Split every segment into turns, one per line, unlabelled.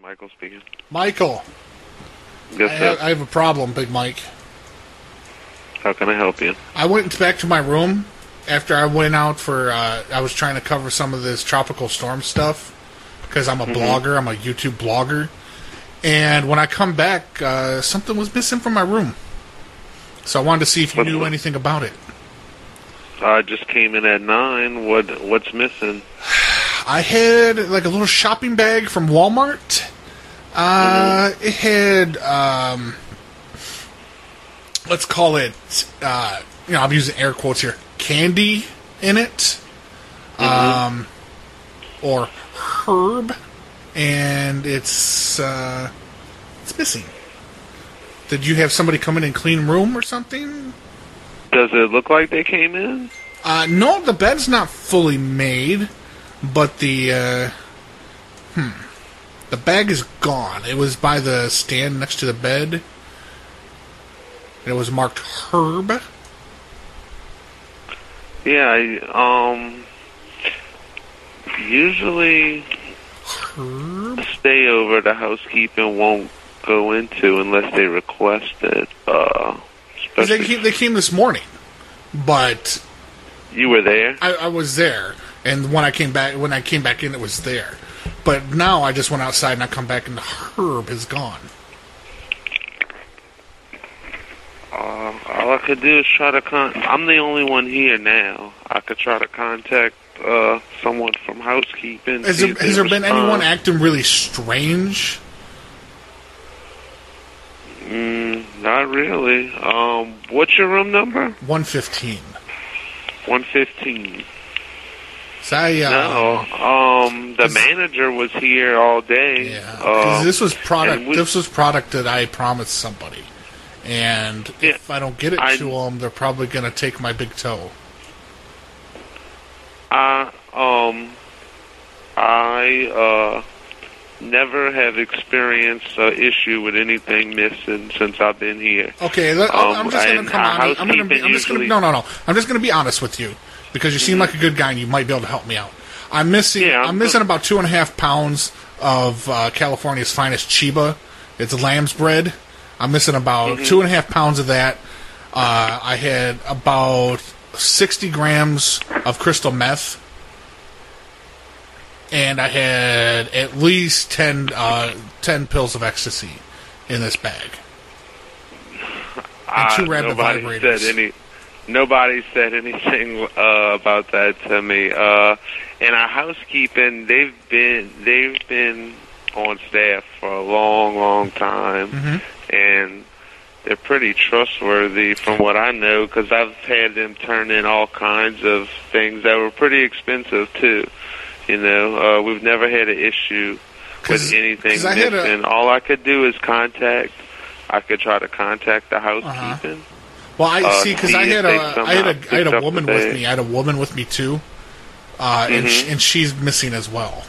Michael speaking.
Michael, I
Yes,
have,
sir.
I have a problem, Big Mike.
How can I help you?
I went back to my room after I went out for. Uh, I was trying to cover some of this tropical storm stuff because I'm a blogger. I'm a YouTube blogger, and when I come back, uh, something was missing from my room. So I wanted to see if you
What's
knew
the-
anything about it.
I just came in at nine. What what's missing?
I had like a little shopping bag from Walmart. Uh, It had, um, let's call it, uh, you know, I'm using air quotes here, candy in it, um, or herb, and it's uh, it's missing. Did you have somebody come in and clean room or something?
Does it look like they came in?
Uh, no, the bed's not fully made, but the uh, hmm, the bag is gone. It was by the stand next to the bed. And it was marked herb.
Yeah. I, um. Usually,
Herb.
stay over the housekeeping won't go into unless they request it. Uh,
'Cause They
especially-
came, they came this morning, but
you were there.
I, I was there, and when I came back, when I came back in, it was there. But now I just went outside and I come back, and the herb is gone.
Uh, all I could do is try to con. I'm the only one here now. I could try to contact uh someone from housekeeping.
Has
see uh,
there,
if they
has there been
respond.
anyone acting really strange?
Mm, not really. Um, what's your room number?
One fifteen.
One fifteen.
So I, uh,
No. Um, the
Is-
manager was here all day.
Yeah, 'cause
Uh,
this was product.
and we-
this was product that I promised somebody, and if I don't get it
I-
to them, they're probably gonna take my big toe.
I um, I uh, never have experienced an issue with anything missing since I've been here.
Okay, let, I'm- I'm
Um,
just gonna
and
come
our
on. I'm gonna be.
housekeeping
I'm just gonna.
usually-
No, no, no. I'm just gonna be honest with you because you seem like a good guy and you might be able to help me out. I'm missing.
Yeah,
I'm,
I'm
missing
good.
about two and a half pounds of uh, California's finest chiba. It's lamb's bread. I'm missing about
Mm-hmm.
two and a half pounds of that. Uh, I had about 60 grams of crystal meth. and I had at least 10, uh, 10 pills of ecstasy in this bag. And two
I-
rapid
Ah, nobody
vibrators.
said any. Nobody said anything uh, about that to me. Uh, in our housekeeping, they've been they've been on staff for a long, long time,
Mm-hmm.
and they're pretty trustworthy from what I know because I've had them turn in all kinds of things that were pretty expensive too. You know, uh, we've never had an issue
'Cause-
with anything
'cause I had a-
missing. all I could do is contact. I could try to contact the
Uh-huh.
housekeeping.
Well, I
Uh,
see because
see
I
if
had a
they
I had
somehow
a I had
picked
a
up
woman
the Mm-hmm.
with
bag.
me. I had a woman with me too, uh, and sh- and she's missing as well.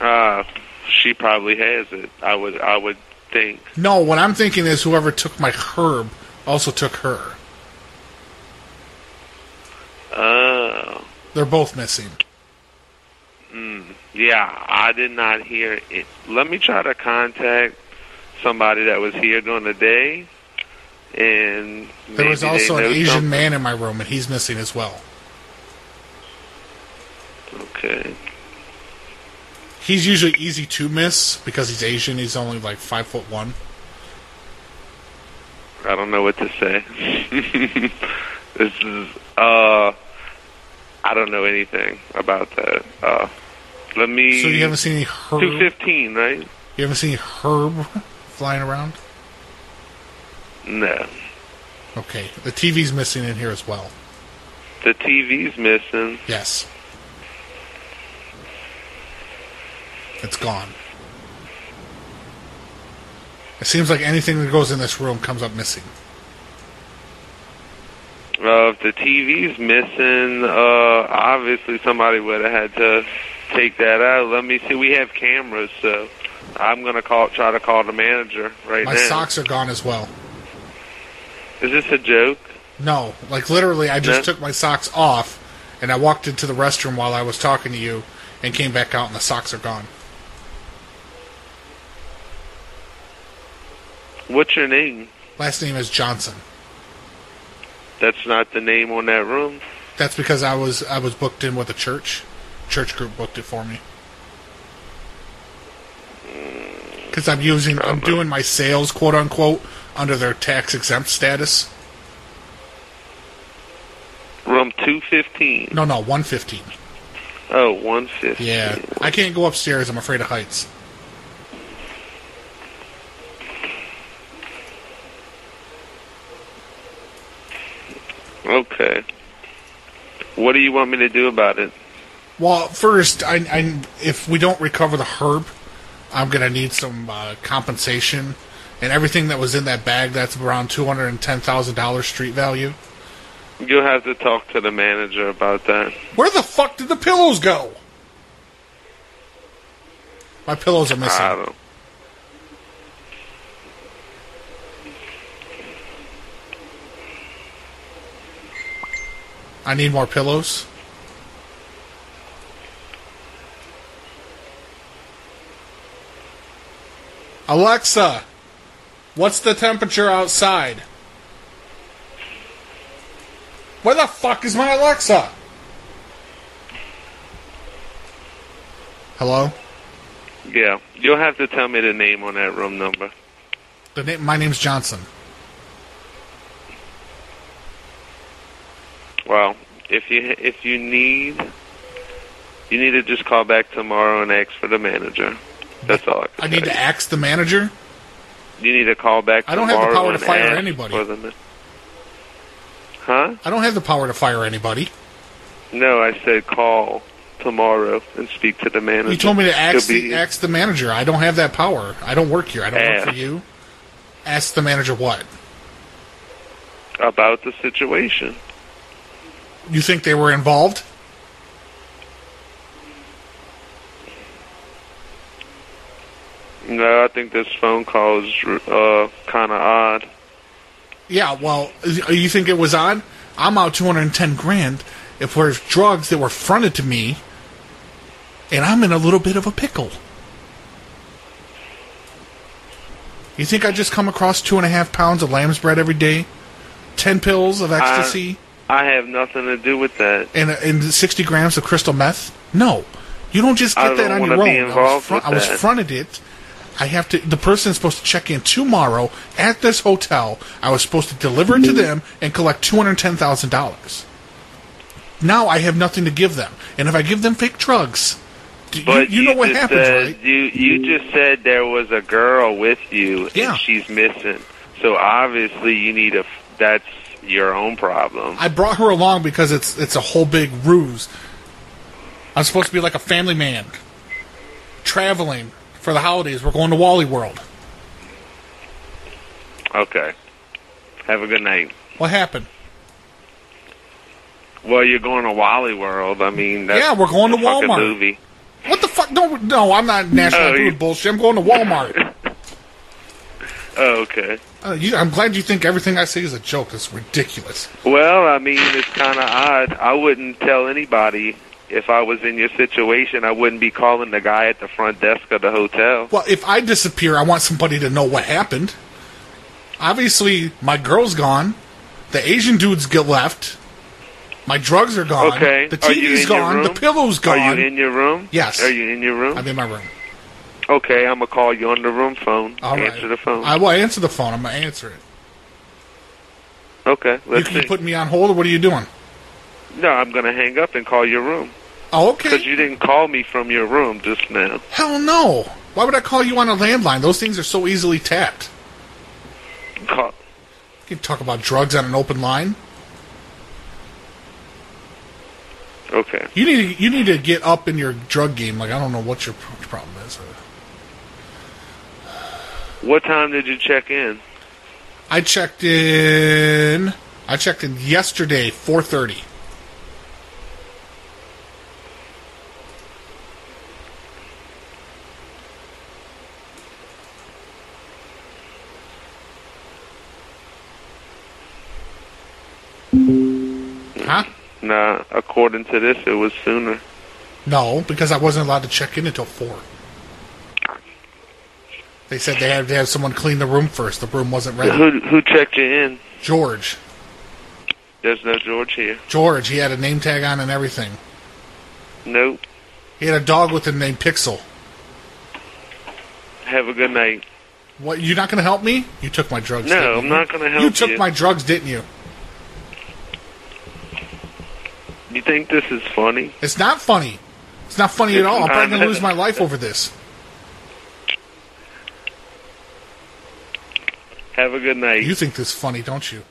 Uh, she probably has it. I would, I would think.
No, what I'm thinking is whoever took my herb also took her.
Uh,
They're both missing.
yeah, I did not hear it. Let me try to contact somebody that was here during the day, and
There was
maybe they
also an
know
Asian
something.
man in my room, and he's missing as well.
Okay.
He's usually easy to miss because he's Asian. He's only like five foot one.
I don't know what to say. this is uh I don't know anything about that. Uh let me
So you haven't seen any herb.
two fifteen, right?
You haven't seen herb flying around?
No.
Okay. The TV's missing in here as well.
The TV's missing.
Yes. It's gone. It seems like anything that goes in this room comes up missing.
Uh if the TV's missing, uh obviously somebody would have had to take that out. Let me see we have cameras, so I'm gonna call try to call the manager right
My
now.
socks are gone as well.
Is this a joke?
No, like literally, I just
No?
took my socks off and I walked into the restroom while I was talking to you and came back out and the socks are gone.
What's your name?
Last name is Johnson.
That's not the name on that room.
That's because I was I was booked in with a church. Church group booked it for me. Because I'm using I'm
Probably.
doing my sales quote unquote under their tax exempt status.
Room 215.
No, no, one fifteen.
Oh, 115.
Yeah, I can't go upstairs. I'm afraid of heights.
Okay. What do you want me to do about it?
Well, first, I, I if we don't recover the herb, I'm gonna need some uh, compensation, and everything that was in that bag that's around two hundred and ten thousand dollars street value.
You'll have to talk to the manager about that.
Where the fuck did the pillows go? My pillows are missing.
I don't.
I need more pillows. Alexa, what's the temperature outside? Where the fuck is my Alexa? Hello?
Yeah, you'll have to tell me the name on that room number.
The name, my name's Johnson.
Well, if you if you need, you need to just call back tomorrow and ask for the manager. That's all. I, can
I need
tell
to axe the manager.
You. you need to call back.
I don't have the
tomorrow
power to
and
fire
ask
anybody.
for the ma- Huh?
I don't have the power to fire anybody.
No, I said call tomorrow and speak to the manager.
You told me to ask
He'll
the,
be-
ask the manager. I don't have that power. I don't work here. I don't work
Ask.
for you. Ask the manager what?
about the situation.
You think they were involved?
No, I think this phone call is uh, kind of odd.
Yeah, well, you think it was odd? I'm out 210 grand if there's drugs that were fronted to me, and I'm in a little bit of a pickle. You think I just come across two and a half pounds of lamb's bread every day, 10 pills of ecstasy?
I have nothing to do with that.
and and 60 grams of crystal meth? No, you don't just
I
get that
don't
on
wanna
your own.
be
I, was
involved
fron-
with
I was
that.
fronted it. I have to. The person is supposed to check in tomorrow at this hotel. I was supposed to deliver it to them and collect two hundred ten thousand dollars. Now I have nothing to give them, and if I give them fake drugs, do, you,
But
you know what
just
happens,
said,
right?
You you just said there was a girl with you
Yeah.
and she's missing. So obviously you need a. f- That's your own problem.
I brought her along because it's it's a whole big ruse. I'm supposed to be like a family man, traveling for the holidays. We're going to Wally World.
Okay. Have a good night.
What happened?
Well, you're going to Wally World. I mean, that's
Yeah, we're going
a
to
fucking
Walmart.
Movie.
What the fuck? No, no, I'm not national
Oh,
food
you-
bullshit. I'm going to Walmart.
Oh, okay.
Uh, you, I'm glad you think everything I say is a joke. It's ridiculous.
Well, I mean, it's kind of odd. I wouldn't tell anybody if I was in your situation. I wouldn't be calling the guy at the front desk of the hotel.
Well, if I disappear, I want somebody to know what happened. Obviously, my girl's gone. The Asian dude's get left. My drugs are gone.
Okay.
The
Are you
TV's
in your
gone. The
room?
pillow's gone.
Are you in your room?
Yes.
Are you in your room?
I'm in my room.
okay, I'm gonna call you on the room phone.
All right.
Answer the phone.
I will answer the phone. I'm gonna answer it.
okay. Let's
you can
see.
put me on hold, or what are you doing?
no, I'm gonna hang up and call your room
Oh,
because
okay.
you didn't call me from your room just now.
Hell no. Why would I call you on a landline? Those things are so easily tapped.
Call-
You can talk about drugs on an open line.
okay.
You need to, you need to get up in your drug game. Like I don't know what your pro- problem is.
What time did you check in?
I checked in. I checked in yesterday, four thirty. Huh?
Nah, according to this, it was sooner.
No, because I wasn't allowed to check in until four. They said they had to have someone clean the room first. The room wasn't ready.
Who who checked you in?
George,
There's no George here.
George, he had a name tag on and everything.
Nope.
He had a dog with him named Pixel.
Have a good night.
What? You're not going to help me? You took my drugs. didn't
No,
you?
I'm not going to help you.
You took my drugs, didn't you?
You think this is funny?
It's not funny. It's not funny at all. I'm probably going to lose my life over this.
Have a good night.
You think this is funny, don't you?